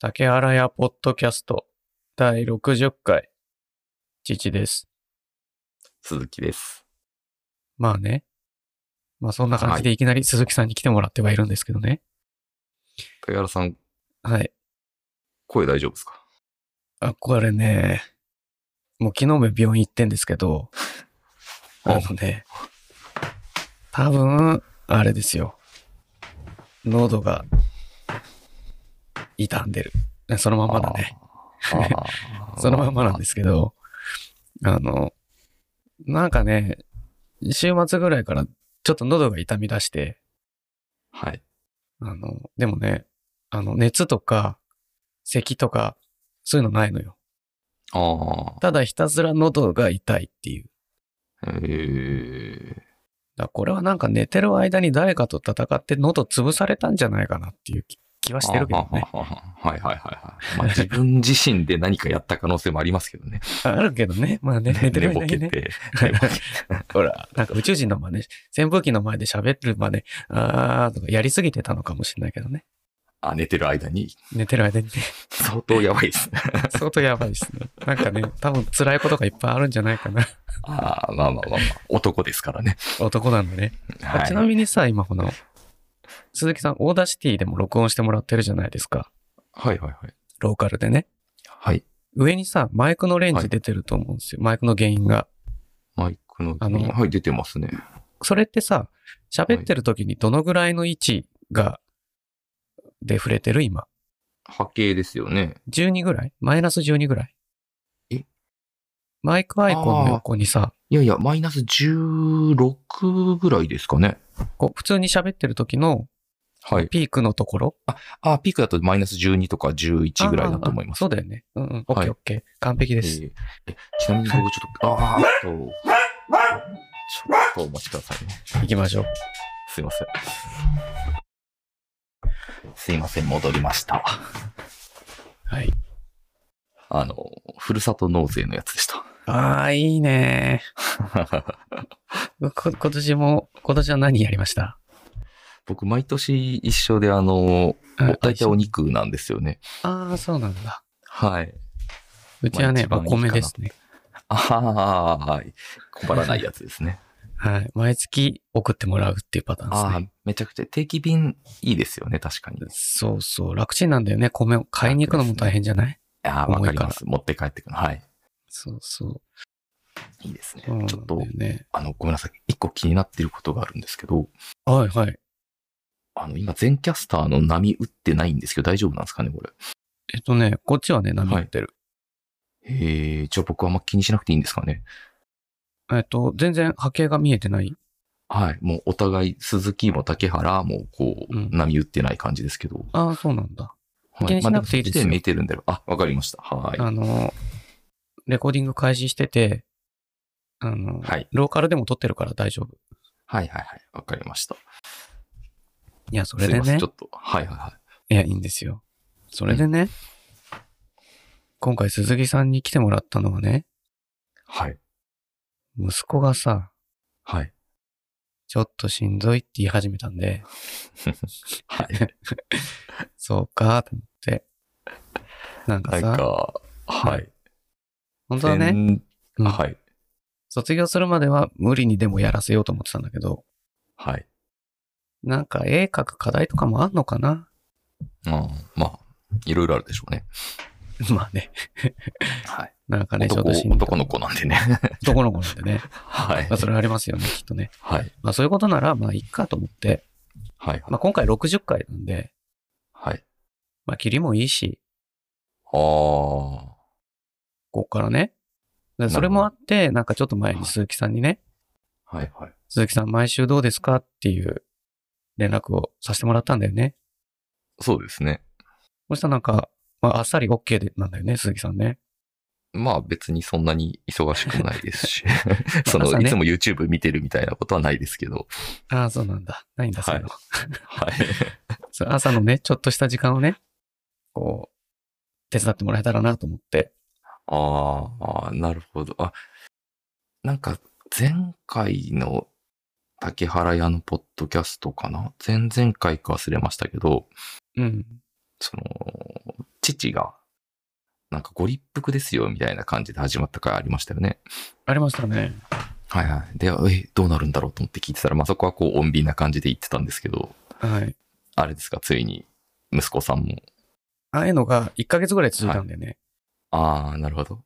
竹原屋ポッドキャスト第60回。父です。鈴木です。まあね。まあそんな感じでいきなり鈴木さんに来てもらってはいるんですけどね。竹原さん、はい。声大丈夫ですかあ、これね、もう昨日も病院行ってんですけど、あのね、多分、あれですよ。喉が傷んでる。そのまんまだね。あ ー。そのまんまなんですけど、あの、なんかね、週末ぐらいからちょっと喉が痛み出して、はい。あの、でもね、あの、熱とか、咳とか、そういうのないのよ。あただひたすら喉が痛いっていう。あ。えだからこれはなんか寝てる間に誰かと戦って喉潰されたんじゃないかなっていう気気はー。してるけどね。あー。はははいはいはいはい。まあ、自分自身で何かやった可能性もありますけどね。あるけどね。まあね、 寝てる寝ぼ間けにね。て。 ほら、なんか宇宙人の真似、扇風機の前で喋ってるまで、あーとかやりすぎてたのかもしれないけどね。あ、寝てる間に。寝てる間にね、相当やばいですね。相当やばいですね。なんかね、多分辛いことがいっぱいあるんじゃないかな。 ああ、まあまあまあまあ。男ですからね。男なんでね。あはい。ちなみにさ、今この、鈴木さん、オーダーシティでも録音してもらってるじゃないですか。はいはいはい。ローカルでね。はい。上にさ、マイクのレンジ出てると思うんですよ。マイクの原因が。マイクの、あのはい、出てますね。それってさ、喋ってる時にどのぐらいの位置が、で触れてる今。波形ですよね。 12ぐらいマイナス12ぐらいえマイクアイコンの横にさ、いやいや、マイナス16ぐらいですかね。こう普通に喋ってる時のはい。ピークのところあ、ピークだとマイナス12とか11ぐらいだと思いますあ。ああそうだよね。うんうん。オッはケいーオッケー。完璧です。えーえちなみに僕ちょっと、あーっと、ちょっとお待ちくださいね。行きましょう。すいません。すいません、戻りました。はい。あの、ふるさと納税のやつでした。 ああ、いいねこ今年も、今年は何やりました僕、毎年一緒で、あの、あ大体お肉なんですよね。ああ、そうなんだ。はい。うちはね、まあお一番いいか米なですね。あはーはい。困らないやつですね。はい。毎月送ってもらうっていうパターンです あね。あ、めちゃくちゃ定期便いいですよね、確かに。そうそう。楽ちんなんだよね。米を買いに行くのも大変じゃない、ああ、わ重いかからります。持って帰ってくる。はい。そうそう。いいですね。そうなんだちょっとよ、ね。あの、ごめんなさい。一個気になってることがあるんですけど、はいはい。あの、今、全キャスターの波打ってないんですけど、大丈夫なんですかね、これ。えっとね、こっちはね、波打ってる。えー、じゃあ僕はあんま気にしなくていいんですかね。えっと、全然波形が見えてない。はい。もう、お互い、鈴木も竹原も、こう、うん波打ってない感じですけど。ああ、そうなんだ。はい気にしなくていいですよまあもそっち見えてるんだろう。あ、わかりました。はい。あの、レコーディング開始してて、あの、はい。ローカルでも撮ってるから大丈夫。はいはいはい。わかりました。いや、そすれいでません。ねちょ。っと。はいはいはい。いや、いいんですよ。それでね、今回鈴木さんに来てもらったのはね、はい。息子がさ、はい。ちょっとしんどいって言い始めたんで、はい。そうか、と思って。なんか なさ、んか、はい。本当はね、全うんはい。卒業するまでは無理にでもやらせようと思ってたんだけど、はい。なんか絵描く課題とかもあんのかなうん。まあ、いろいろあるでしょうね。まあね、はい。なんかね、ちょっ男としんどい。男の子なんでね。 男の子なんでね。はいまあ、。それはありますよね、きっとね。はい。まあ、そういうことなら、まあ、いっかと思って、はい。まあ、今回60回なんで、はい。まあ、切りもいいし、ああ。ここからね。でそれもあって、なんかちょっと前に鈴木さんにね、はいはい。鈴木さん毎週どうですかっていう連絡をさせてもらったんだよね。そうですね。そしたらなんか、まあ、あっさり OK でなんだよね、鈴木さんね。まあ別にそんなに忙しくもないです し、朝その、ねいつも YouTube 見てるみたいなことはないですけど、ああ、そうなんだ。ないんだ、そういうの。はい。そう朝のね、ちょっとした時間をね、こう、手伝ってもらえたらなと思って。あーあー、なるほど。あ、なんか前回の竹原屋のポッドキャストかな前々回か忘れましたけど、うん。その、父父が、なんかご立腹ですよ、みたいな感じで始まった回ありましたよね。ありましたね。はいはい。で、え、どうなるんだろうと思って聞いてたら、まあ、そこはこう、穏便な感じで言ってたんですけど、はい。あれですか、ついに、息子さんも。ああいうのが1ヶ月ぐらい続いたんだよね。ああ、なるほど。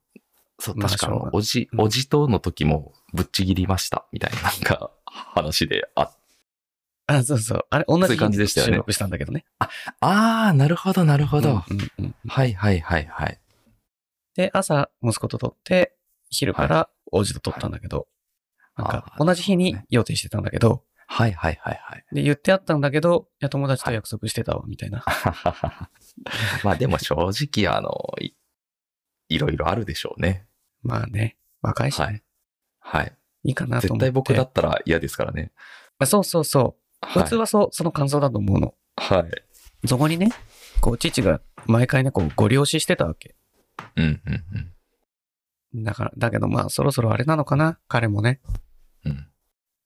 そう、まあ確かあしょうがの、おじ、うんおじとの時も、ぶっちぎりました、みたいな、なん か、話で、あ、あ、そうそう。あれ、同そういじう感じでしたよね収録したんだけどね。ああ、なるほど、なるほど。うんうんうんはいはいはいはい。で、朝、息子と撮って、昼から王子と撮ったんだけど、はいなんか、あー同じ日になるほどね予定してたんだけど、はいはいはいはい。 で、言ってあったんだけど、いや、友達と約束してたわ、みたいな。まあでも正直、あの、いいろいろあるでしょうね。まあね、若いし、はい。はい。いいかなと思絶って。対僕だったら嫌ですからね。あそうそうそう。はい普通はそう、その感想だと思うの。はい。そこにね、こう、父が毎回ね、こう、ご利用ししてたわけ。うんうんうんだから、だけどまあ、そろそろあれなのかな彼もね。うん。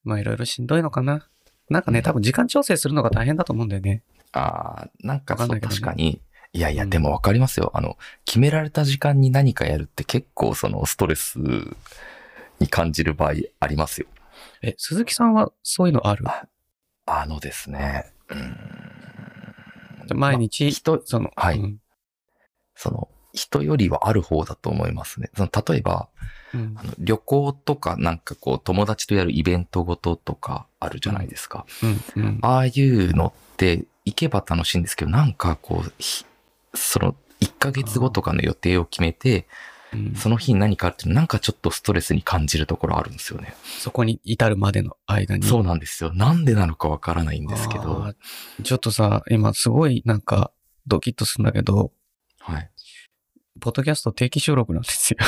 まあ、いろいろしんどいのかななんかね、多分時間調整するのが大変だと思うんだよね。ああ、なんかわかそんなう、いけどね確かに。いやいうや、んでもわかりますよ。あの、決められた時間に何かやるって結構そのストレスに感じる場合ありますよ。え、鈴木さんはそういうのあるああのですね。うーん毎まあ日、人、その、はいうんその、人よりはある方だと思いますね。その例えば、うんあの旅行とかなんかこう友達とやるイベントごととかあるじゃないですか。うんうんああいうのって行けば楽しいんですけど、なんかこう、ひその1ヶ月後とかの予定を決めて、うんその日に何かあるっていうのなんかちょっとストレスに感じるところあるんですよね。そこに至るまでの間に。そうなんですよ。なんでなのかわからないんですけどあ。ー。ちょっとさ、今すごいなんかドキッとするんだけど、はい。ポッドキャスト定期収録なんですよ。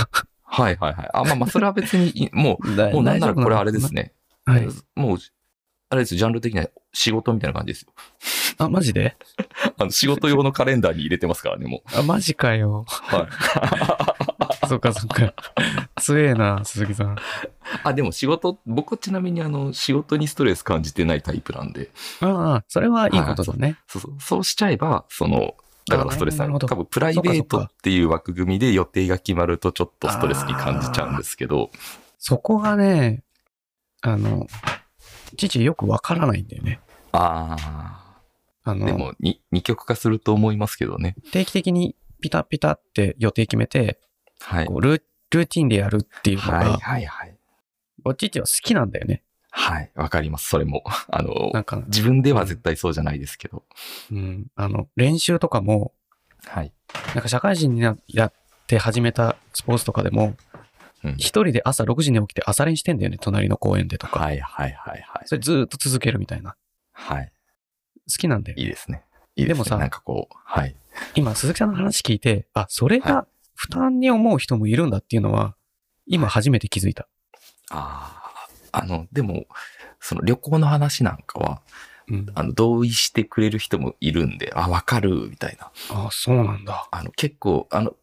はいはいはい。あ、まあまあそれは別にい、も う、もうなんならこれあれですね。ね。はい。もう、あれですよジャンル的には仕事みたいな感じですよ。あ、マジであの仕事用のカレンダーに入れてますからね、もう。あ、マジかよ。はい。 そっかそっか。強えな、鈴木さん。あ、でも仕事、僕ちなみにあの、仕事にストレス感じてないタイプなんで、ああ、それはいいことだね。そうそうそうしちゃえば、その、だからストレスあなるほど多分プライベートっていう枠組みで予定が決まるとちょっとストレスに感じちゃうんですけど、そこがね、あの、父よくわからないんだよね。ああーでの、もに、二極化すると思いますけどね。定期的にピタピタって予定決めて、はい。こうルールーティンでやるっていうのが、はいはいはい。お父は好きなんだよね。はい、わかります。それも。 あの、なんか、自分では絶対そうじゃないですけど。うん、あの、練習とかも、はい。なんか社会人になって始めたスポーツとかでも、うん一人で朝6時に起きて朝練してんだよね、隣の公園でとか。はいはいはいはい。それずーっと続けるみたいな。はい。好きなんだよいいですね。いいですでね。もさなんかこう、はい。今、鈴木さんの話聞いて、あ、それはが負担に思う人もいるんだっていうのは、今初めて気づいた。ああ、あの、でも、その旅行の話なんかは、うん、あの、同意してくれる人もいるんで、あ、わかる、みたいな。あ、そうなんだ。あの、結構、あの、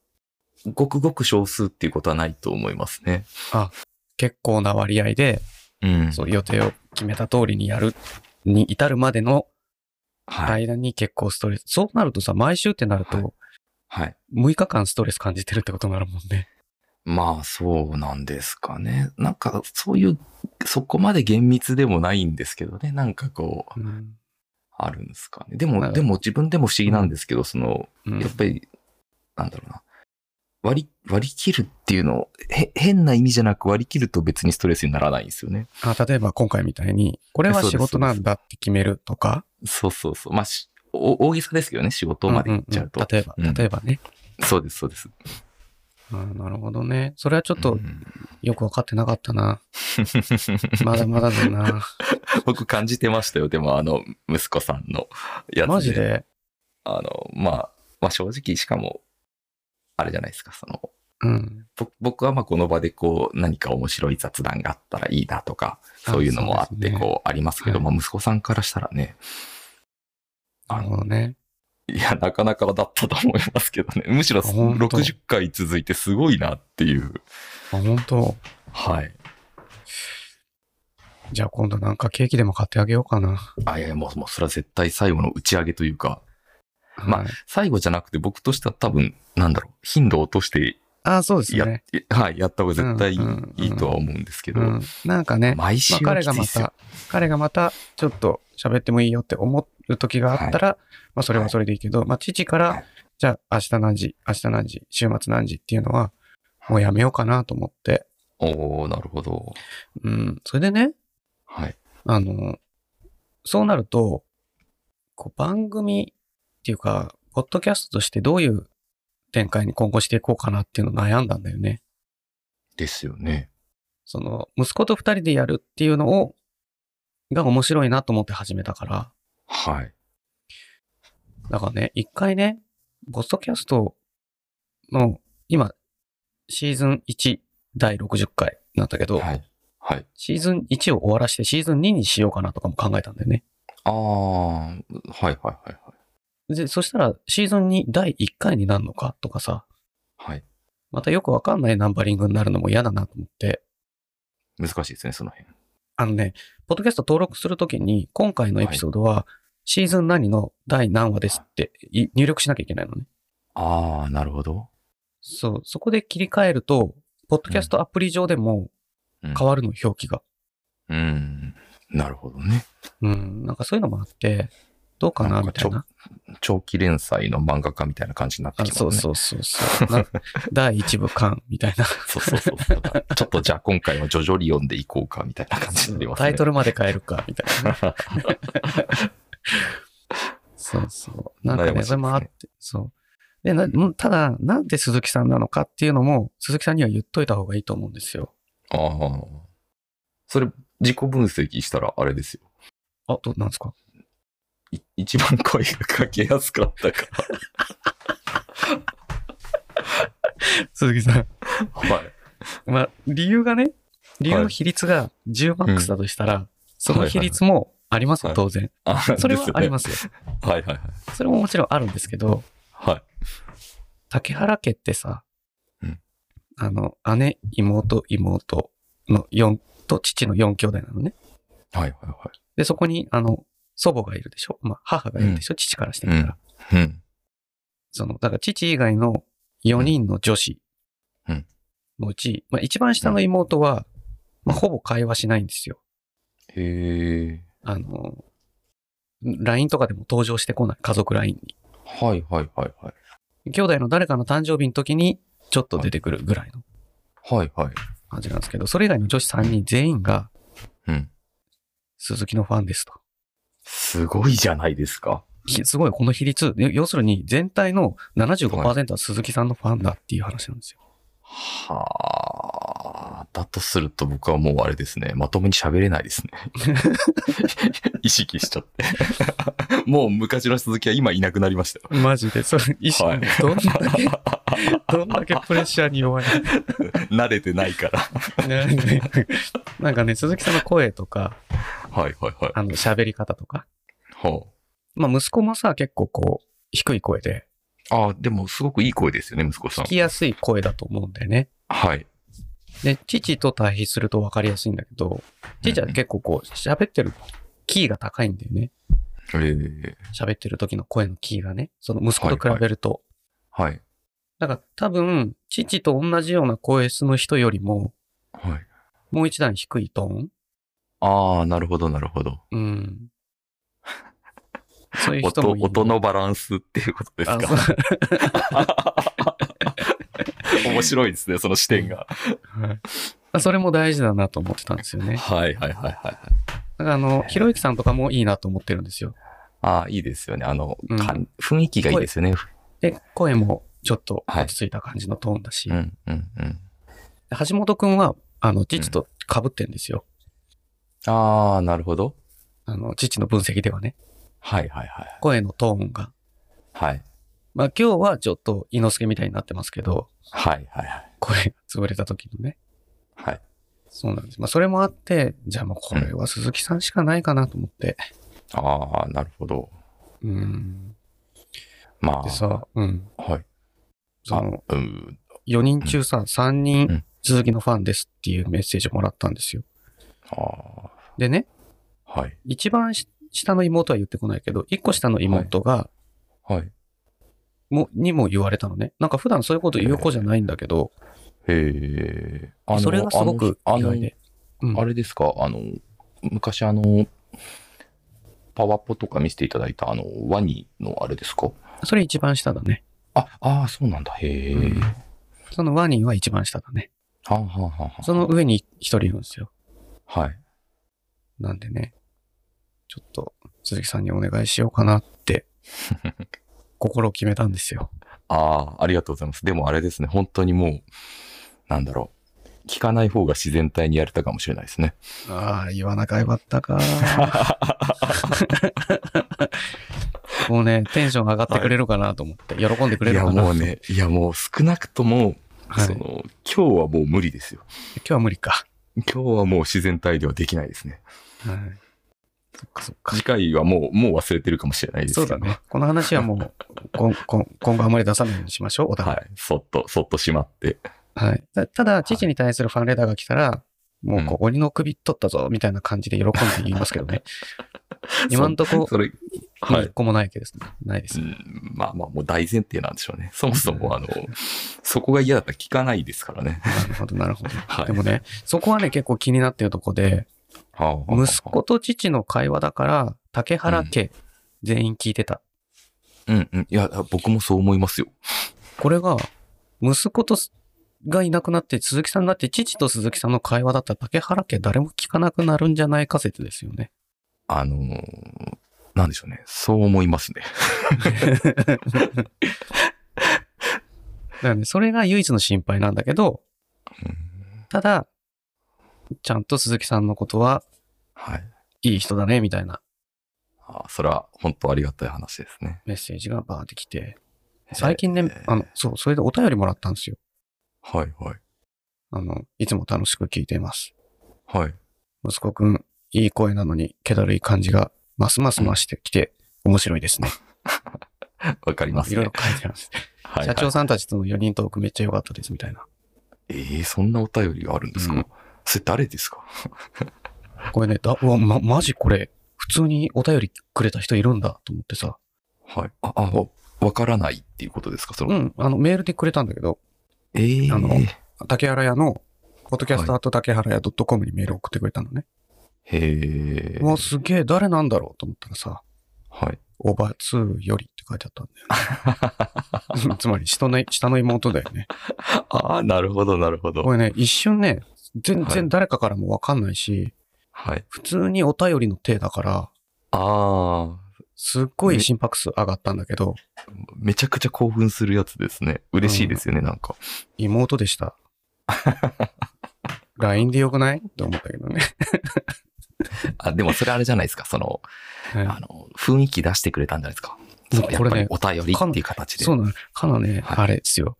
ごくごく少数っていうことはないと思いますね。結構な割合で、うんそう、予定を決めた通りにやる、に至るまでのはい。間に結構ストレス。そうなるとさ、毎週ってなるはいと、はい。 6日間ストレス感じてるってことになるもんね。まあ、そうなんですかね。なんか、そういう、そこまで厳密でもないんですけどね。なんかこう、うん。あるんですかね。でなるも、ほでども自分でも不思議なんですけど、その、やっぱり、なんだろうな。割り、割り切るっていうのを、へ、変な意味じゃなく割り切ると別にストレスにならないんですよね。あ例えば今回みたいに、これは仕事なんだって決めるとか、そうそうそう。まあ、しお大げさですけどね、仕事まで行っちゃうと。んんん例えば、うん例えばね。そうです、そうです。あーなるほどね。それはちょっうとんよくわかってなかったな。まだまだだな。 僕感じてましたよ。でも、あの、息子さんのやつで。マジで。あの、まあ、まあ正直、しかも、あれじゃないですか、その、うん。ぼ僕はまあこの場でこう何か面白い雑談があったらいいなとか、あそういうのもあそっうでてすねこうありますけど、はいまあ息子さんからしたらね、なるほどね。いや、なかなかだったと思いますけどね。むしろあ本当60回続いてすごいなっていう。あ、本当はい。じゃあ今度なんかケーキでも買ってあげようかな。あ、いやいや、もう、もうそれは絶対最後の打ち上げというか、ま最後じゃなくて僕としては多分、なんだろう、頻度を落としてあ、あーそうですや、ね。はい、やった方が絶対いい,、うんうんうんいいとは思うんですけど、うん、なんかね、毎週まあ、彼はきつがいっますよた、彼がまた、ちょっと喋ってもいいよって思う時があったら、まあ、それはそれでいいけど、まあ、父から、はいじゃあ、明日何時、明日何時、週末何時っていうのは、もうやめようかなと思って、おおなるほど。うん、それでね、はい。あの、そうなると、こう番組っていうか、ポッドキャストとしてどういう展開に今後していこうかなっていうのを悩んだんだよね。ですよね。その、息子と二人でやるっていうのを、が面白いなと思って始めたから。はい。だからね、一回ね、ポッドキャストの、今、シーズン1第60回なんだけど、はい。はい。シーズン1を終わらしてシーズン2にしようかなとかも考えたんだよね。ああ、はいはいはいはい。で、そしたらシーズン2第1回になるのかとかさ、はい。またよくわかんないナンバリングになるのも嫌だなと思って、難しいですね、その辺。あのね、ポッドキャスト登録するときに、今回のエピソードは、シーズン何の第何話ですってい入力しなきゃいけないのね。ああ、なるほど。そう、そこで切り替えると、ポッドキャストアプリ上でもうん変わるの、表記が。うん。なるほどね。うん、なんかそういうのもあって、どうかな、なんみかたちいょな。長期連載の漫画家みたいな感じになってあきますそね。うそうそうそう。な 第1部間、みたいな。そうそうそうそう。だからちょっとじゃあ今回はジョジョリオンでいこうかみたいな感じになりますね。タイトルまで変えるか、みたいなね。 そうそう。なんか悩ましいでね、すねそれもあって、そう。で、なうんただ、なんで鈴木さんなのかっていうのも、鈴木さんには言っといた方がいいと思うんですよ。ああ。それ、自己分析したらあれですよ。あ、どうなんですかい一番声がかけやすかったか鈴木さん。ら。はい。まあ、理由がね、理由の比率が10マックスだとしたら、その比率もありますよ、はい当然。あそれはありますすよ。よね。はいはいそれももちろんあるんですけど、はい。はい。竹原家ってさ、うんあの、姉、妹、妹の4と父の4兄弟なのね。はいはで、そこに、あの、祖母がいるでしょまあ、母がいるでしょ、父からしてみたら。いはい。うん。その、だから父以外の4人の女子うんのうち、まあ、一番下の妹は、まあ、ほぼ会話しないんですよ。へえ。あの、LINE とかでも登場してこない、家族 LINE に。はいはいはいはい。兄弟の誰かの誕生日の時に、ちょっと出てくるぐらいのはいはい。感じなんですけど、それ以外の女子3人全員が、うん。鈴木のファンですと。すごいじゃないですか。ひすごい、この比率。よ要するに、全体の75%は鈴木さんのファンだっていう話なんですよ。はあ。だとすると僕はもうあれですね。まともに喋れないです ね。意識しちゃって。もう昔の鈴木は今いなくなりましたよ。マジで、それ、意識、はいどんだけ、 どんだけプレッシャーに弱い。慣れてないから。 なんかね、鈴木さんの声とか、はいはいはい。あの、喋り方とか。はまあ、息子もさ、結構こう、低い声で、あ。ああ、でもすごくいい声ですよね、息子さん聞。きやすい声だと思うんだよね。はい。で、父と対比すると分かりやすいんだけど、父は結構こう、喋ってる、キーが高いんだよね。ええ喋ってる時の声のキーがね。その息子と比べると。はい。だから多分、父と同じような声質の人よりも、はい。もう一段低いトーンああ、なるほど、なるほど。うん。 そういう人音、もいる。音のバランスっていうことですあか。そう面白いですね、その視点はが。い それも大事だなと思ってたんですよね。はいはいはいはいはい。だからあの、ひろゆきさんとかもいいなと思ってるんですよ。ああ、いいですよね。あの、うんかん雰囲気がいいですよね。で、声もちょっと落ち着いた感じのトーンだし。うん、うん、うん。で橋本くんは、あの、父と被ってんですよ。ああ、なるほど。あの、父の分析ではね。はいはいはい。声のトーンが。はい。まあ今日はちょっと、伊之助みたいになってますけど、はいはいはい。声が潰れた時のね。はい。そうなんです。まあ、それもあって、じゃあもうこれは鈴木さんしかないかなと思って。ああ、なるほど。うん。までさ、うん。あ、はい。その、あうん。 4人中さ、3う人ん、鈴木のファンですっていうメッセージをもらったんですよ。あでね、あ、はい。一番し下の妹は言ってこないけど、1個下の妹が、はい。も、にも言われたのね。なんか普段そういうこと言う子じゃないんだけど、へえ。あのそれがすごくあ意の外で。うんあれですか、あの、昔あの、パワポとか見せていただいた、あの、ワニのあれですかそれ一番下だね。あ、ああ、そうなんだ。へえ。うんそのワニは一番下だね。はんはんはんはんその上に一人いるんですよ。はい。なんでね、ちょっと鈴木さんにお願いしようかな って、心を決めたんですよ。ああ、ありがとうございます。でもあれですね、本当にもう、なんだろう。聞かない方が自然体にやれたかもしれないですね。ああ、言わなかったか。 もうね、テンション上がってくれるかなと思って、喜んでくれいるや、かな。もうね、いや、もう少なくとも、はいその、今日はもう無理ですよ。今日は無理か。今日はもう自然体ではできないですね。はい。そっかそっか。次回はもう、もう忘れてるかもしれないですけそど。うだね。この話はも う、こんこん今後あまり出さないようにしましょう、おは互い。い。そっと、そっとしまって。はい。たただ、父に対するファンレターが来たら、もうこう、鬼の首取ったぞ、みたいな感じで喜んで言いますけど ね。今んとこ、それ、はい。一個もないけど、ないですう。んまあまあ、もう大前提なんでしょうね。そもそも、あの、そこが嫌だったら聞かないですからね。なるほど、なるほど。 はいで。もね、そこはね、結構気になってるとこで、はあ息子。と父の会話だから、竹原家、全員聞いてた。うんうん。いや、僕もそう思いますよ。これが、息子とすがいなくなって、鈴木さんになって、父と鈴木さんの会話だったら、竹原家誰も聞かなくなるんじゃないか説ですよね。あのーなんでしょうね。そう思いますね。だからね、それが唯一の心配なんだけど、ただ、ちゃんと鈴木さんのことは、はい。いい人だね、みたいなあそれは本当ありがたい話ですね。メッセージがバーってきて、最近えねー、あの、そう、それでお便りもらったんですよ。はいはい。あの、いつも楽しく聞いています。はい。息子くん、いい声なのに、気だるい感じが、ますます増してきて、面白いですね。わかります、いね。ろいろ書いてあるんです。はいはい社長さんたちとの4人トークめっちゃ良かったです、みたいな。えーそんなお便りがあるんですか、うんそれ誰ですかこれね、だ、うわ、ま、マジこれ、普通にお便りくれた人いるんだと思ってさ。はい。あ、あ、わわからないっていうことですかその、うん、あの、メールでくれたんだけど、えー、あの竹原屋の、ポッドキャストアート竹原屋 .com にメール送ってくれたのね。へえ。うわ、すげえ、誰なんだろうと思ったらさ、はい。おばつよりって書いてあったんだ よね。つまり、下の、下の妹だよね。ああ、なるほど、なるほど。これね、一瞬ね、全は然誰かからもわかんないし、はい。普通にお便りの手だから、ああ、すっごい心拍数上がったんだけど、めちゃくちゃ興奮するやつですね。嬉しいですよね、なんか。妹で した。LINE でよくないって思ったけどね。あ、でもそれあれじゃないですか、その、あはの、雰囲気出してくれたんじゃないですか。もうそのやこっれぱねりお便りっていう形い、で。そうなの。かなね、はいあれですよ。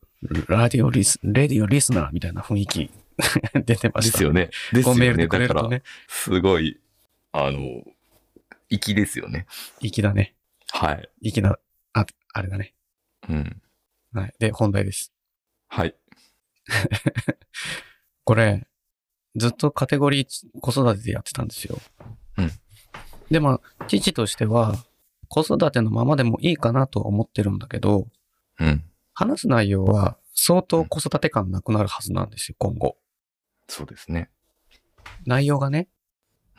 ラディオリス、レディオリスナーみたいな雰囲気 出てまでした。すよね。ですこようメールね。でくれだるかとら、ね、すごい、あの、粋ですよね。粋だね。はい。粋な、あ、あれだね。うん。はい。で、本題です。はい。これ、ずっとカテゴリー子育てでやってたんですよ。うんで、まあ、父としては、子育てのままでもいいかなとは思ってるんだけど、うん。話す内容は相当子育て感なくなるはずなんですよ、今後。そうですね。内容がね、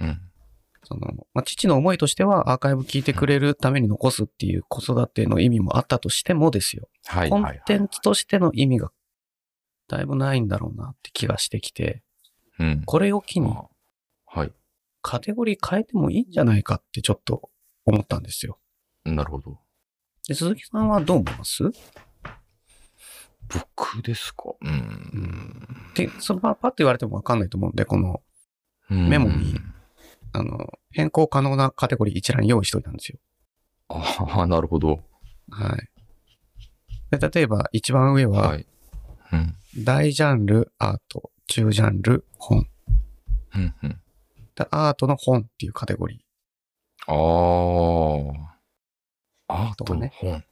うん。その、まあ、父の思いとしてはアーカイブ聞いてくれるために残すっていう子育ての意味もあったとしてもですよ。はい。コはいはンいテンツとしての意味がだいぶないんだろうなって気がしてきて、うん。これを機にあはい。カテゴリー変えてもいいんじゃないかってちょっと思ったんですよ。なるほど。で鈴木さんはどう思います僕ですか。うん。で、そのままパッと言われてもわかんないと思うんで、この、メモにあの、変更可能なカテゴリー一覧用意しておいたんですよ。ああ、なるほど。はい。で、例えば一番上は、はい。うん。大ジャンルアート、中ジャンル本。うん、うん。でアートの本っていうカテゴリー。ああ。アートの本。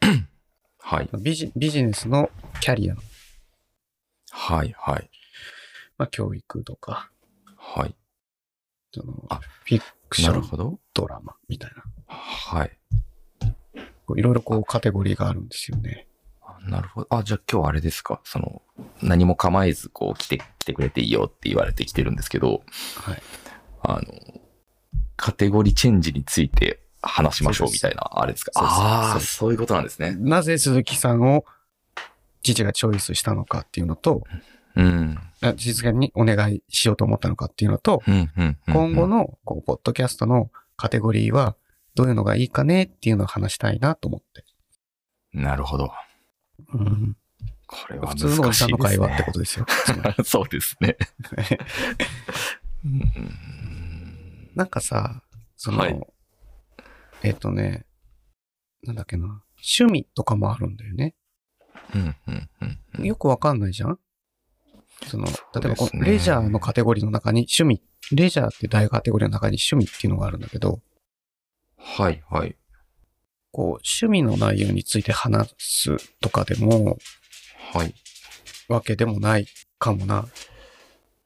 はい。ビジビジネスのキャリアの、はい、はい。まあ、教育とか、はい。そのあフィクシなョるン、ほど。ドラマみたいな。はい。いろいろこうカテゴリーがあるんですよね。あなるほど。あ、じゃあ今日はあれですか。その、何も構えず、こう、来て、来てくれていいよって言われてきてるんですけど、はい。あの、カテゴリーチェンジについて話しましょうみたいな、あれですか。そうですあそあ、うですそういうことなんですね。なぜ鈴木さんを父がチョイスしたのかっていうのと、うん。あ実現にお願いしようと思ったのかっていうのと、うん、うん。うん今後、のこうポッドキャストのカテゴリーはどういうのがいいかねっていうのを話したいなと思って。なるほど。うん、これは普通難しいです、ね。のおじさんの会話ってことですよ。つまりそうですね。うんなんかさ、その、はいえっとね、なんだっけな、趣味とかもあるんだよね。うんうんうんうんよくわかんないじゃんその、そう例えばこですうねレジャーのカテゴリーの中に趣味、レジャーって大カテゴリーの中に趣味っていうのがあるんだけど、はいはい。こう、趣味の内容について話すとかでも、はい。わけでもないかもな。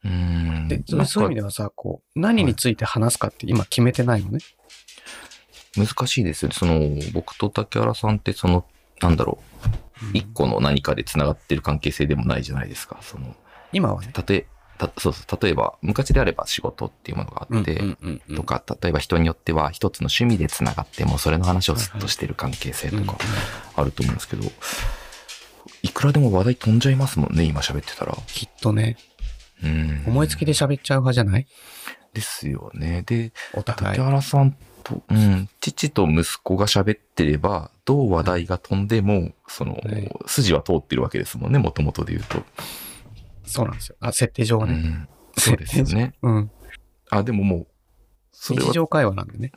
うーんで、そうそういう意味ではさ、こう、何について話すかって今決めてないのね。難しいですよね。その、僕と竹原さんって、その、なんだろう、一個の何かで繋がってる関係性でもないじゃないですか。その、今はね。たとえ、たそうそう、例えば、昔であれば仕事っていうものがあって、うんとか、例えば人によっては一つの趣味で繋がって、もうそれの話をずっとしてる関係性とうんかあると思うんですけど、いくらでも話題飛んじゃいますもんね、今喋ってたら。きっとね、うん思いつきで喋っちゃう派じゃないですよね。で、お互い竹。原さんと、うん、父と息子が喋ってれば、どう話題が飛んでも、その、はい筋は通ってるわけですもんね、もともとで言うと。そうなんですよ。あ、設定上はうね。ん、そうですよ ね。うん。あ、でももう、それ日は常会話なんでね。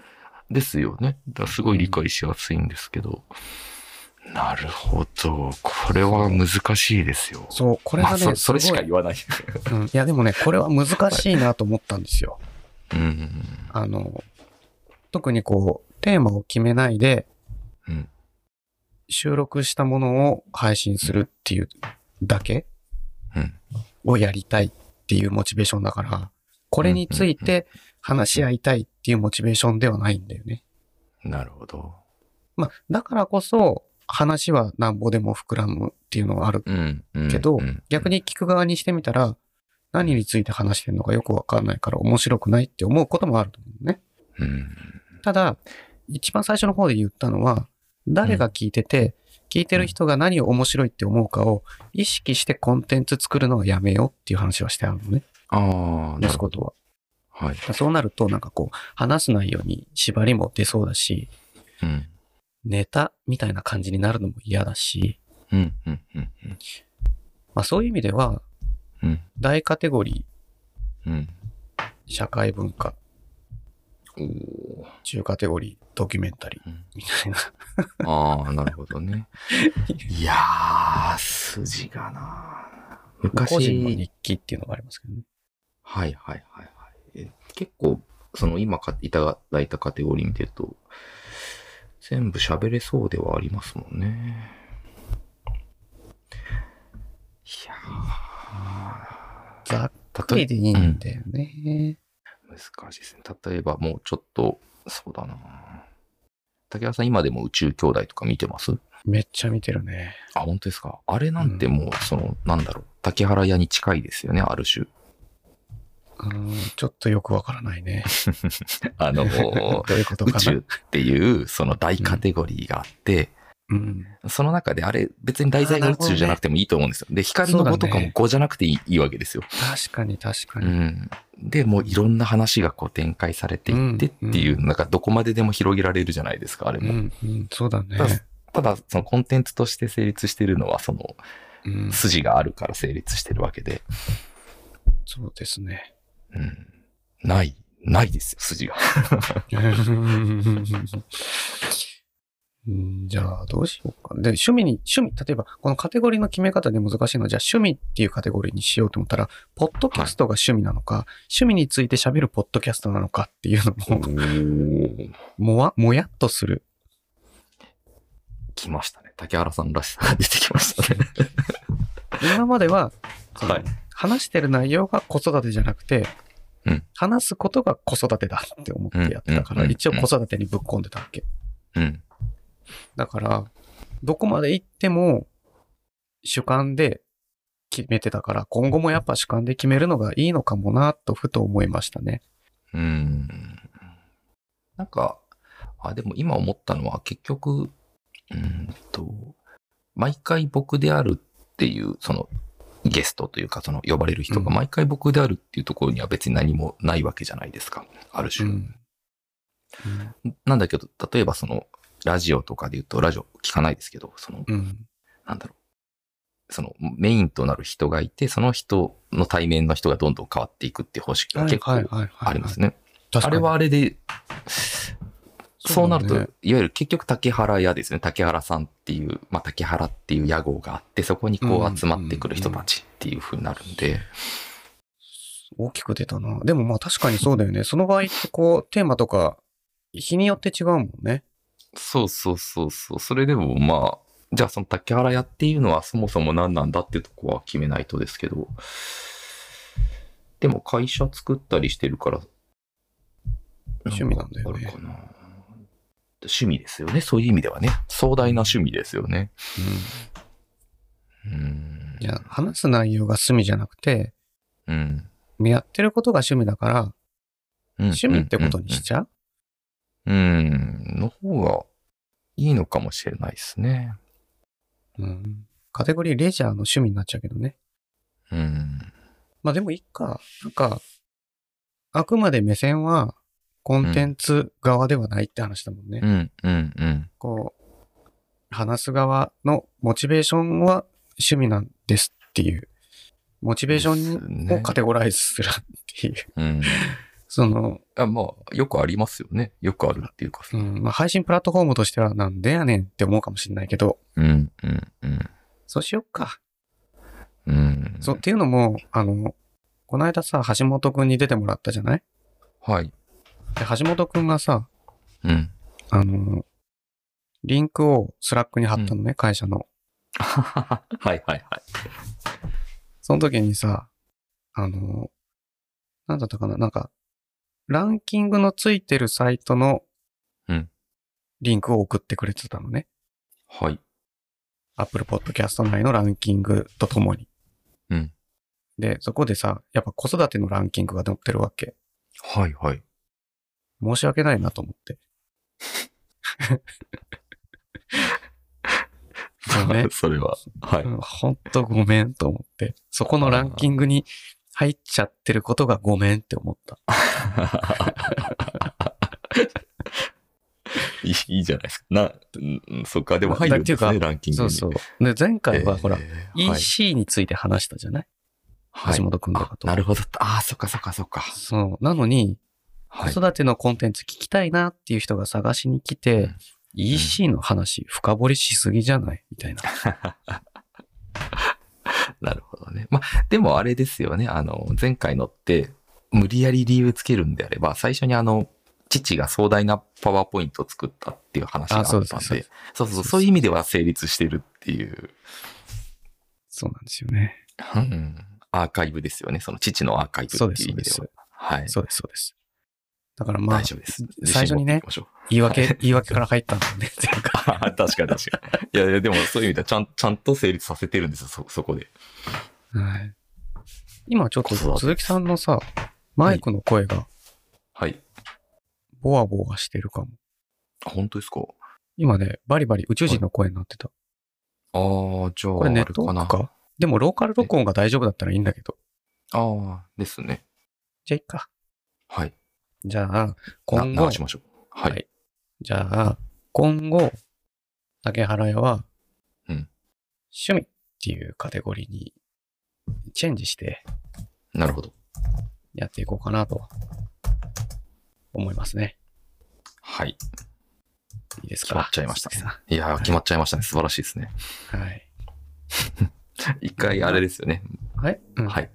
ですよね。だからすごい理解しやすいんですけど。なるほど。これは難しいですよ。そう、これまがあ、ね、そそれしかす言わない。 ごいうんいや、でもね、これは難しいなと思ったんですよ。うん。あの、特にこう、テーマを決めないで、うん収録したものを配信するっていうだけうんをやりたいっていうモチベーションだから、これについて話し合いたいっていうモチベーションではないんだよね。なるほど。まあ、だからこそ話はなんぼでも膨らむっていうのはある。うん。うんけどうん逆に聞く側にしてみたら、何について話してるのかよくわかんないから面白くないって思うこともあると思うね。うん。ただ、一番最初の方で言ったのは、誰が聞いてて、聞いてる人が何を面白いって思うかを意識してコンテンツ作るのはやめようっていう話はしてあるのね。ああ、な出るすほこど。とは。はい。だからそうなると、なんかこう、話す内容に縛りも出そうだし、うん。ネタみたいな感じになるのも嫌だし、うん。うん。うん。うんまあそういう意味では、うん。大カテゴリうん。ー、社会文化、おー中カテゴリー、ドキュメンタリーうんみたいな。ああ、なるほどね。 いやー、筋がな昔、個人の日記っていうのがありますけどね。はいはいはいはい。え結構、その今かいただいたカテゴリー見てると、全部喋れそうではありますもんね。いやざっー、く例りえ、でいいんだよね。難しいですね。例えばもうちょっと、そうだな竹原さん今でも宇宙兄弟とか見てますめっちゃ見てるね。あ、本当ですか。あれなんてもう、その、なんだろう、竹原屋に近いですよね、ある種。うーんちょっとよくわからないね。 あどの、ういうことか 宇な宙っていう、その大カテゴリーがあって、うん。その中であれ、別に題材が宇宙じゃなくてもいいと思うんですよ。で、光のそうだ語ねとかも語じゃなくていい,、わけですよ。確かに確かうに。ん。で、もういろんな話がこう展開されていってっていう、なんかどこまででも広げられるじゃないですか、あれうも。ん、うん、そうだねた。だ、ただそのコンテンツとして成立してるのは、そのうん、筋があるから成立してるわけで、そうですね。 うん。ない、ないですよ、筋が。うんじゃあ、どうしようか。で、趣味に、趣味、例えば、このカテゴリーの決め方で難しいのは、じゃあ、趣味っていうカテゴリーにしようと思ったら、ポッドキャストが趣味なのか、趣味について喋るポッドキャストなのかっていうのも、もわ、もやっとする。来ましたね。竹原さんらしさが出てきまし たね。今までは、そのはい話してる内容が子育てじゃなくて、うん話すことが子育てだって思ってやってたかうんうら、んうんうん一応子育てにぶっ込んでたわけ。うん。だから、どこまで行っても主観で決めてたから、今後もやっぱ主観で決めるのがいいのかもな、とふと思いましたね。うん。なんか、あ、でも今思ったのは結局、うーんと、毎回僕であるっていう、そのゲストというか、その呼ばれる人がうん毎回僕であるっていうところには別に何もないわけじゃないですか。あるう種。ん。なんだけど、例えばその、ラジオとかで言うと、ラジオ聞かないですけど、その、うん。なんだろう。そのメインとなる人がいて、その人の対面の人がどんどん変わっていくっていう方式が結構はい。ありますね。ね。確かあにれはあれで、そうなると、そうだねいわゆる結局竹原屋ですね。竹原さんっていう、まあ竹原っていう屋号があって、そこにこうんう集まってくる人たちっていう風になるんで、大きく出たな。でもまあ確かにそうだよね。その場合ってこう、テーマとか、日によって違うもんね。そうそうそうそう。それでもまあ、じゃあその竹原屋っていうのはそもそも何なんだっていうとこは決めないとですけど、でも会社作ったりしてるから、趣味なんだよねかあるかな趣味ですよね。そういう意味ではね。壮大な趣味ですよね。うん。いや、話す内容が趣味じゃなくて、うん。やってることが趣味だから、趣趣味ってことにしゃちゃううんうん。の方がいいのかもしれないですね。うん。カテゴリーレジャーの趣味になっちゃうけどね。うん。まあでもいいか。なんか、あくまで目線はコンテンツ側ではないって話だもんね。うん、うん、うん。こう、話す側のモチベーションは趣味なんですっていう。モチベーショですンねをカテゴライズするっていう。うん。その、あまあ、よくありますよね。よくあるっていうかさ。うん、まあ配信プラットフォームとしてはなんでやねんって思うかもしれないけど、うん、うん、うん。そうしよっか。うん。そう、っていうのも、あの、この間さ、橋本くんに出てもらったじゃないはい。で、橋本くんがさ、 うん。あの、リンクをスラックに貼ったのね、会社の。はいはいはい。その時にさ、あの、なんだったかな、なんか、ランキングのついてるサイトのうん、リンクを送ってくれてたのね。はい。 Apple Podcast 内のランキングとともに。うん。で、そこでさ、やっぱ子育てのランキングが載ってるわけ。はいはい。申し訳ないなと思って。そうね それは。はい。うんほんとごめんと思って。そこのランキングに入っちゃってることがごめんって思った。いいいいじゃないですか。な、うんそっか、でも入るんですだっていね、ランキングそうに。そう。で、前回はほら、えーはい EC について話したじゃない、はい橋本くんとかと。あなるほど。ああ、そっかそっかそっか。そう。なのに、子はい。育てのコンテンツ聞きたいなっていう人が探しに来て、うん EC の話深掘りしすぎじゃないみたいな。なるほどね。まあ、でもあれですよね。あの、前回のって、無理やり理由つけるんであれば、最初にあの、父が壮大なパワーポイントを作ったっていう話があったんで、あそそううですそうでそうそう、そういう意味では成立してるっていう、そうなんですよね。うんアーカイブですよね。その父のアーカイブっていう意味でそうは。はい。そうです、そうです。だからまあ大、丈夫です。最初にね自信持っていきましょう 言い訳、言い訳から入ったんだよね、前回。あはは確かに確かに。いやいや、でもそういう意味ではちゃん、ちゃんと成立させてるんですよ、そ、そこで。はい。今ちょっ子育てとです鈴木さんのさ、マイクの声がはい。ボワボワしてるかも。あ本当ですか今ね、バリバリ宇宙人の声になってた。ああ、じゃあ、これネあッるトワかーな。クかでもローカル録音が大丈夫だったらいいんだけど。ああ、ですね。じゃあいっか。はい。じゃあ、な今後流、しましょう。はい。はいじゃあ、今後、竹原屋は、うん趣味っていうカテゴリーにチェンジしてなるほど。やっていこうかなと思いますね。はい。いいです決かまっちゃいました鈴木さ。いやー、決まっちゃいましたね。素晴らしいですね。んはい。一回、あれですよね。はい、うんはい。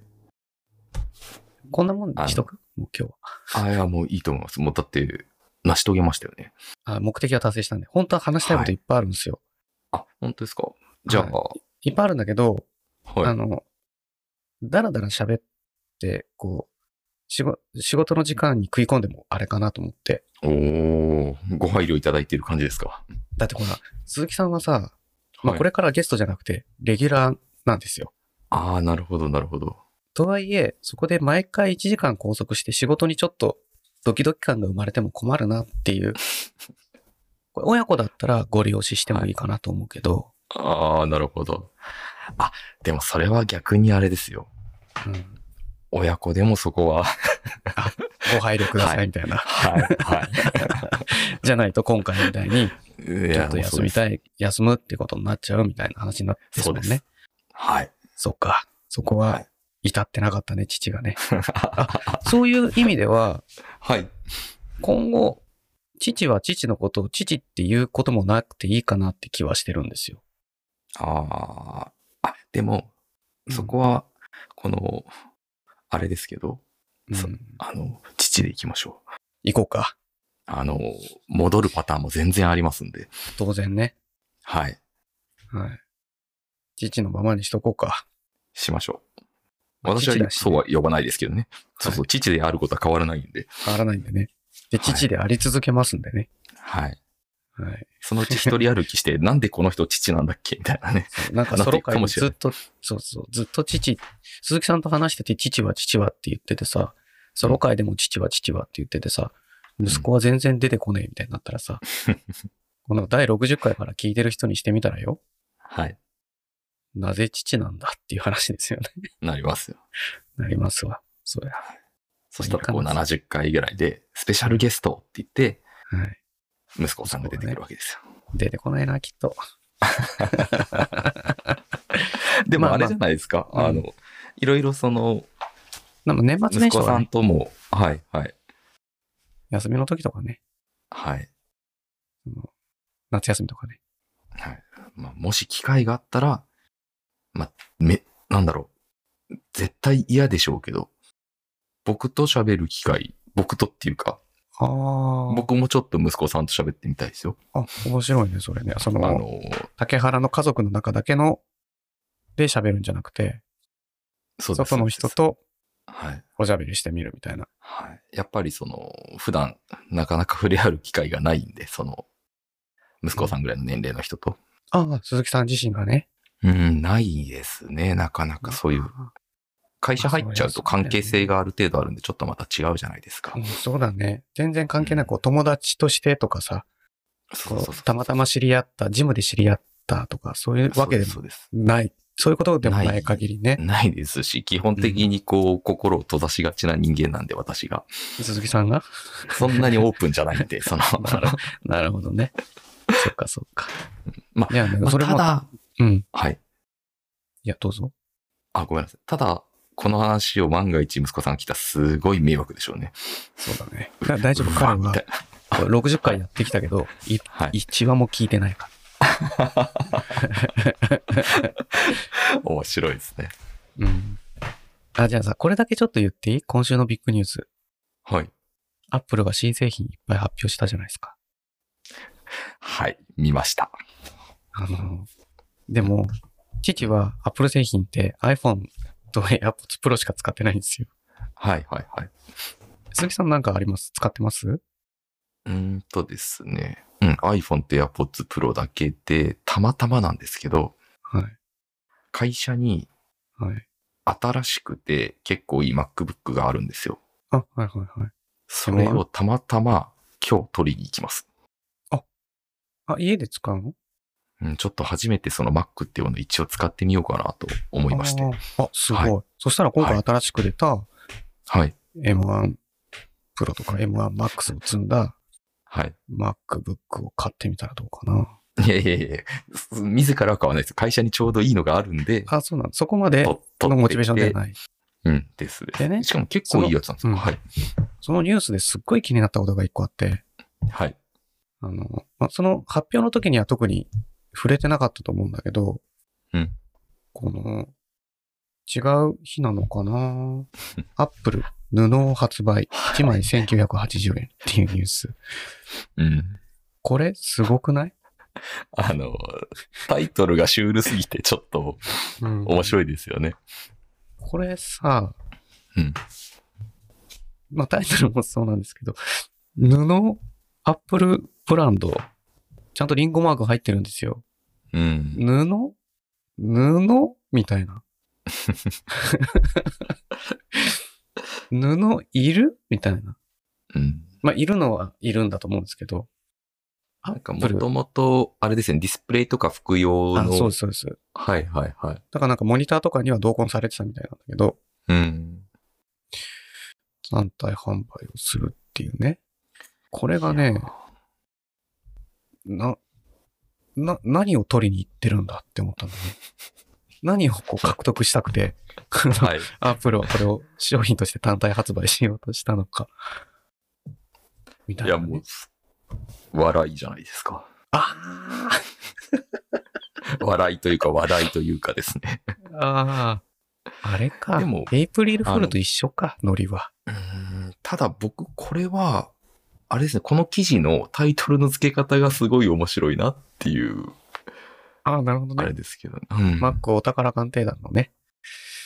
こんなもんにしとくもう今日は。ああ、いや、もういいと思います。もうだって、成し遂げましたよね。あ目的は達成したんで、本当は話したいこといっぱいあるんですよ。あ、本当ですかじゃあ、い、っぱいあるんだけど、はい。あの、だらだら喋って、こう、仕事仕事の時間に食い込んでもあれかなと思って。おおご配慮いただいてる感じですか。だってほら、鈴木さんはさ、まはあいこれからゲストじゃなくて、レギュラーなんですよ。ああ、なるほど、なるほど。とはいえ、そこで毎回1時間拘束して仕事にちょっとドキドキ感が生まれても困るなって いう。これ親子だったらご利用ししてもいいかなと思うけど、ああ、なるほど。あ、でもそれは逆にあれですよ。うん親子でもそこは。ご配慮くださいみたいな。はい、はい。じゃないと今回みたいに、 いちょやっと休みたい、休むってことになっちゃうみたいな話になってそうでですすもんね。はい。そっか。そこは、はい至ってなかったね、父 がね。そういう意味では、はい。今後、父は父のことを父っていうこともなくていいかなって気はしてるんですよ。ああ、あ、でも、うんそこは、この、あれですけど、そううんあの、父で行きましょう。行こうか。あの、戻るパターンも全然ありますんで。当然ね。はい。はい。父のままにしとこうか。しましょう。まあ私父はだしねそうは呼ばないですけどね。そうはいそう、父であることは変わらないんで。変わらないんでね。で、はい父であり続けますんでね。はい。はい。そのうち一人歩きして、 なんでこの人父なんだっけみたいなね。そうなんかソなってロいく会かももしずれなっと、そうそう、ずっと父、鈴木さんと話してて父は父はって言っててさ、ソロ会でも父は父はって言っててさ、ん息子は全然出てこねえみたいになったら さ、この第60回から聞いてる人にしてみたらよ、はい。なぜ父なんだっていう話ですよね。 なりますよ。なりますわ。そうや。そしたらいこいうかな70回ぐらいで、スペシャルゲストって言って、はい。息子さんが出てくるわけですよ。出てこないな、きっと。でまもああれじゃないですか。まああの、いろいろその、でも年末息年始子さは、んね、とも、はい、はい、休みの時とかね、はい。夏休みとかね。はいまあ、もし機会があったら、まあ、め、なんだろう。絶対嫌でしょうけど、僕と喋る機会、僕とっていうか、ああ。僕もちょっと息子さんと喋ってみたいですよ。あ、面白いね、それね。そあの、の、竹原の家族の中だけの、で喋るんじゃなくて、そうです。外の人そうとです。はい。おしゃべりしてみるみたいな。はい。やっぱりその、普段、なかなか触れ合う機会がないんで、その、息子さんぐらいの年齢の人と。ああ、鈴木さん自身がね。うん、ないですね。なかなかそういう。会社入っちゃうと関係性がある程度あるんで、ちょっとまた違うじゃないですかうん。そうだね。全然関係なく、お友達としてとかさ、そこううそうそう。たまたま知り合った、ジムで知り合ったとか、そういうわけでそもうです。ない。そういうことでもなないい限りね。ないですし、基本的にこう、心を閉ざしがちな人間なんで、私が。鈴木さんがそんなにオープンじゃないんで、その、 なるなるほどね。そっかそっか。まいや、ねまあそれたも、だ、うん。はい。いや、どうぞ。あ、ごめんなさい。ただ、この話を万が一息子さんが来たらすごい迷惑でしょうね。そうだね。大丈夫、うわ 彼みはたいな。これ60回やってきたけど、いはい。一話も聞いてないか面白いですね。ら。うん。あ、じゃあさ、これだけちょっと言っていい今週のビッグニュース。はい。アップルが新製品いっぱい発表したじゃないですか。はい。見ました。あの、でも、父はアップル製品って iPhone と AirPods Pro しか使ってないんですよ。はいはいはい。鈴木さんなんかあります使ってますうーんとですね。うん。iPhone と AirPods Pro だけで、たまたまなんですけど、はい。会社にはい。新しくて結構いい MacBook があるんですよ。あ、はいはいはい。それをたまたま今日取りに行きます。あ、家で使うのうん、ちょっと初めてその Mac っていうのを一応使ってみようかなと思いまして。あーあ、すごい,、はそしたら今回は新しく出たはい。 M1 Pro とか M1 Max を積んだはい。 MacBook を買ってみたらどうかな。いやいやいやす自らは買わないです。会社にちょうどいいのがあるんで、あ、そうなの。そこまでとのモチベーションでは取ってない。きてうん、ですですでねしかも結構いいやつなんですそよ。のはい。そのニュースですっごい気になったことが一個あって、はい。あの、まあ、その発表の時には特に触れてなかったと思うんだけど、うんこの、違う日なのか なアップル、布を発売、1枚1980円っていうニュース。うん。これ、すごくないあの、タイトルがシュールすぎてちょっと面面い。白いですよね。これさ、うんまあタイトルもそうなんですけど、布、アップルブランド、ちゃんとリンゴマーク入ってるんですよ。うん。布布みたいな。布いるみたいな。うん。まあ、いるのはいるんだと思うんですけど。なんかもともと、あれですね、ディスプレイとか服用あ、の。そうです、そうです。だはいはいはい。からなんかモニターとかには同梱されてたみたいなんだけど、うん。単体販売をするっていうね。これがね、な、な、何を取りに行ってるんだって思ったんだね。何をこう獲得したくて、 はい。アップルはこれを商品として単体発売しようとしたのか。みたいいなやね、もう、笑いじゃないですか。あ 笑いというか話題というかです ね。ーあー。あれか。でもエイプリルフールと一緒か、ノリは。ただ僕、これは、あれですね、この記事のタイトルの付け方がすごい面白いなっていう、ああ、なるほどあれね。ですけどね。うんマックお宝鑑定団のね。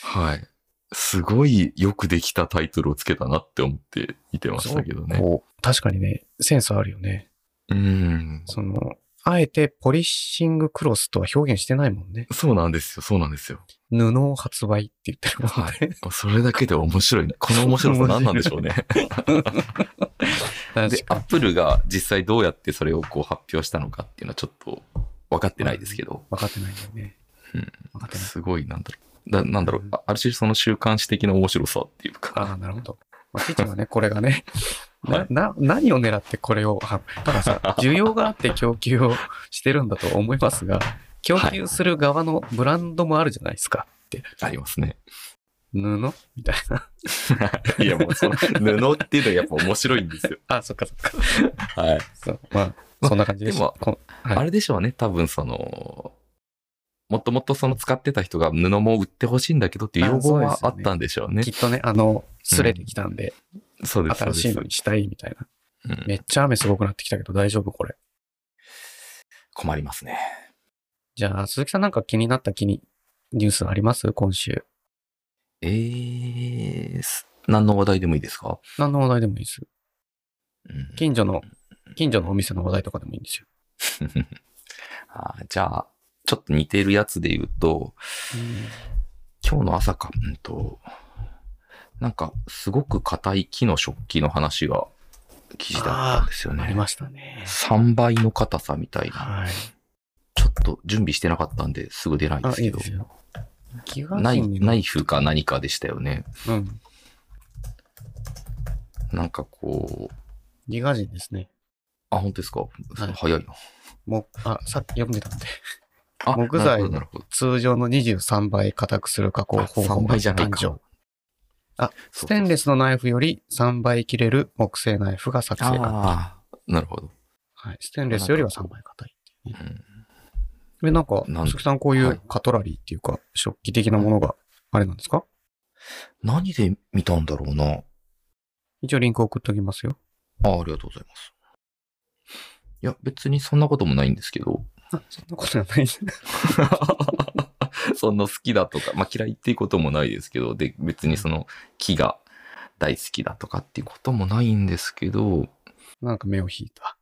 はい。すごいよくできたタイトルをつけたなって思って見てましたけどね。こう、確かにね、センスあるよね。うん。その、あえてポリッシングクロスとは表現してないもんね。そうなんですよ、そうなんですよ。布を発売って言ってるもんね。それだけで面白い ね。この面白さ何なんでしょうね。で確、アかにップルが実際どうやってそれをこう発表したのかっていうのはちょっと分かってないですけど、分かってないんだよね。うん分かってない。すごいなんだろう。だなんだろう、あある種その週刊誌的な面白さっていうか。ああ、なるほど。まあ、ピッチはね、これがね、 は、ないな、何を狙ってこれを、はた ださ、需要があって供給をしてるんだと思いますが、供給する側のブランドもあるじゃないですか。ありますね。布みたいな。 いやもうそ の布っていうのがやっぱ面白いんですよ。あ、そっかそっか。はい。そう、まあ、そんな感じです。でもこはいあれでしょうね、多分その、もともとその使ってた人が布も売ってほしいんだけどっていう要望あはそあうですよねったんでしょうねき。っとね、あの、すれてきたんで、そうです。新しいのそうでにしたいみたいな。すうんめっちゃ雨すごくなってきたけど大丈夫これ。困りますね。じゃあ、鈴木さんなんか気になった気に、ニュースあります今週。えー、す何の話題でもいいですか、何の話題でもいいです。うん近所の、近所のお店の話題とかでもいいんですよ。あーじゃあ、ちょっと似てるやつで言うと、今日の朝か、うんと、なんか、すごく硬い木の食器の話が記事だったんですよありね。ましたね。 3倍の硬さみたいな。はい。ちょっと準備してなかったんですぐ出ないんであす、いけいど。ですよ。ギガナイ人にナイフか何かでしたよね。うん。なんかこう、ギガ人ですね。あ、本当ですか、い早いな。もう、あ、さっき読んでたんで。あ、木材なるほど。通常の23倍硬くする加工なるほ方どあ法3が倍じゃない現か状。。ステンレスのナイフより3倍切れる木製ナイフが作成可能ああー、なるほど。はい。ステンレスよりは3倍硬い。うんで、なんか、なん鈴木さんこういはういカトラリーっていうか、食器的なものがあれなんですか何で見たんだろうな。一応リンク送っときますよ。あありがとうございます。いや、別にそんなこともないんですけ ど。あ、そんなことはない。 そんな好きだとか、まあ嫌いっていうこともないですけど、で、別にその木が大好きだとかっていうこともないんですけど、なんか目を引いた。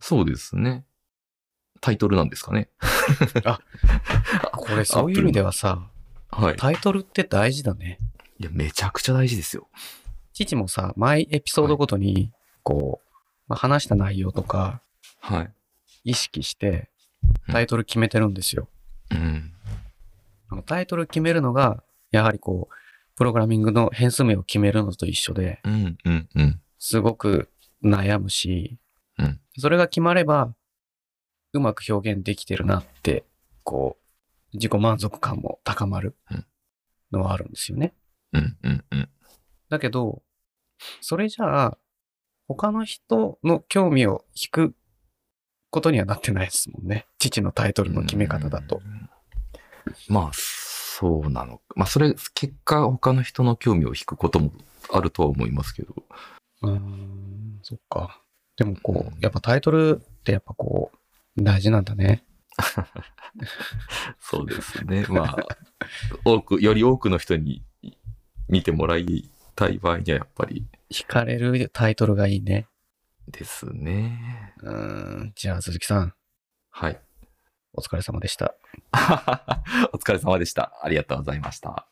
そうですね。タイトルなんですかね。これそういう意味ではさ、はい。タイトルって大事だね。いや、めちゃくちゃ大事ですよ。父もさ、毎エピソードごとに、こう、まあ話した内容とかはい。意識して、うんタイトル決めてるんですよ。うん。あのタイトル決めるのが、やはりこう、プログラミングの変数名を決めるのと一緒で、うん、うん、うん。すごく悩むし、うんそれが決まれば、うまく表現できてるなって、こう、自己満足感も高まるうんのはあるんですよね。うん、うん、うん。だけど、それじゃあ、他の人の興味を引くことにはなってないですもんね。父のタイトルの決め方だとう。ん。まあ、そうなのか。まあ、それ、結果、他の人の興味を引くこともあるとは思いますけど。うーん、そっか。でもこうんう、やっぱタイトルってやっぱこう、大事なんだね。そうで すね。まあ、多く、より多くの人に見てもらいたい場合には、やっぱり、惹かれるタイトルがいいね。ですね。うーん。じゃあ、鈴木さん、はい。 お疲れ様でした。お疲れ様でした。ありがとうございました。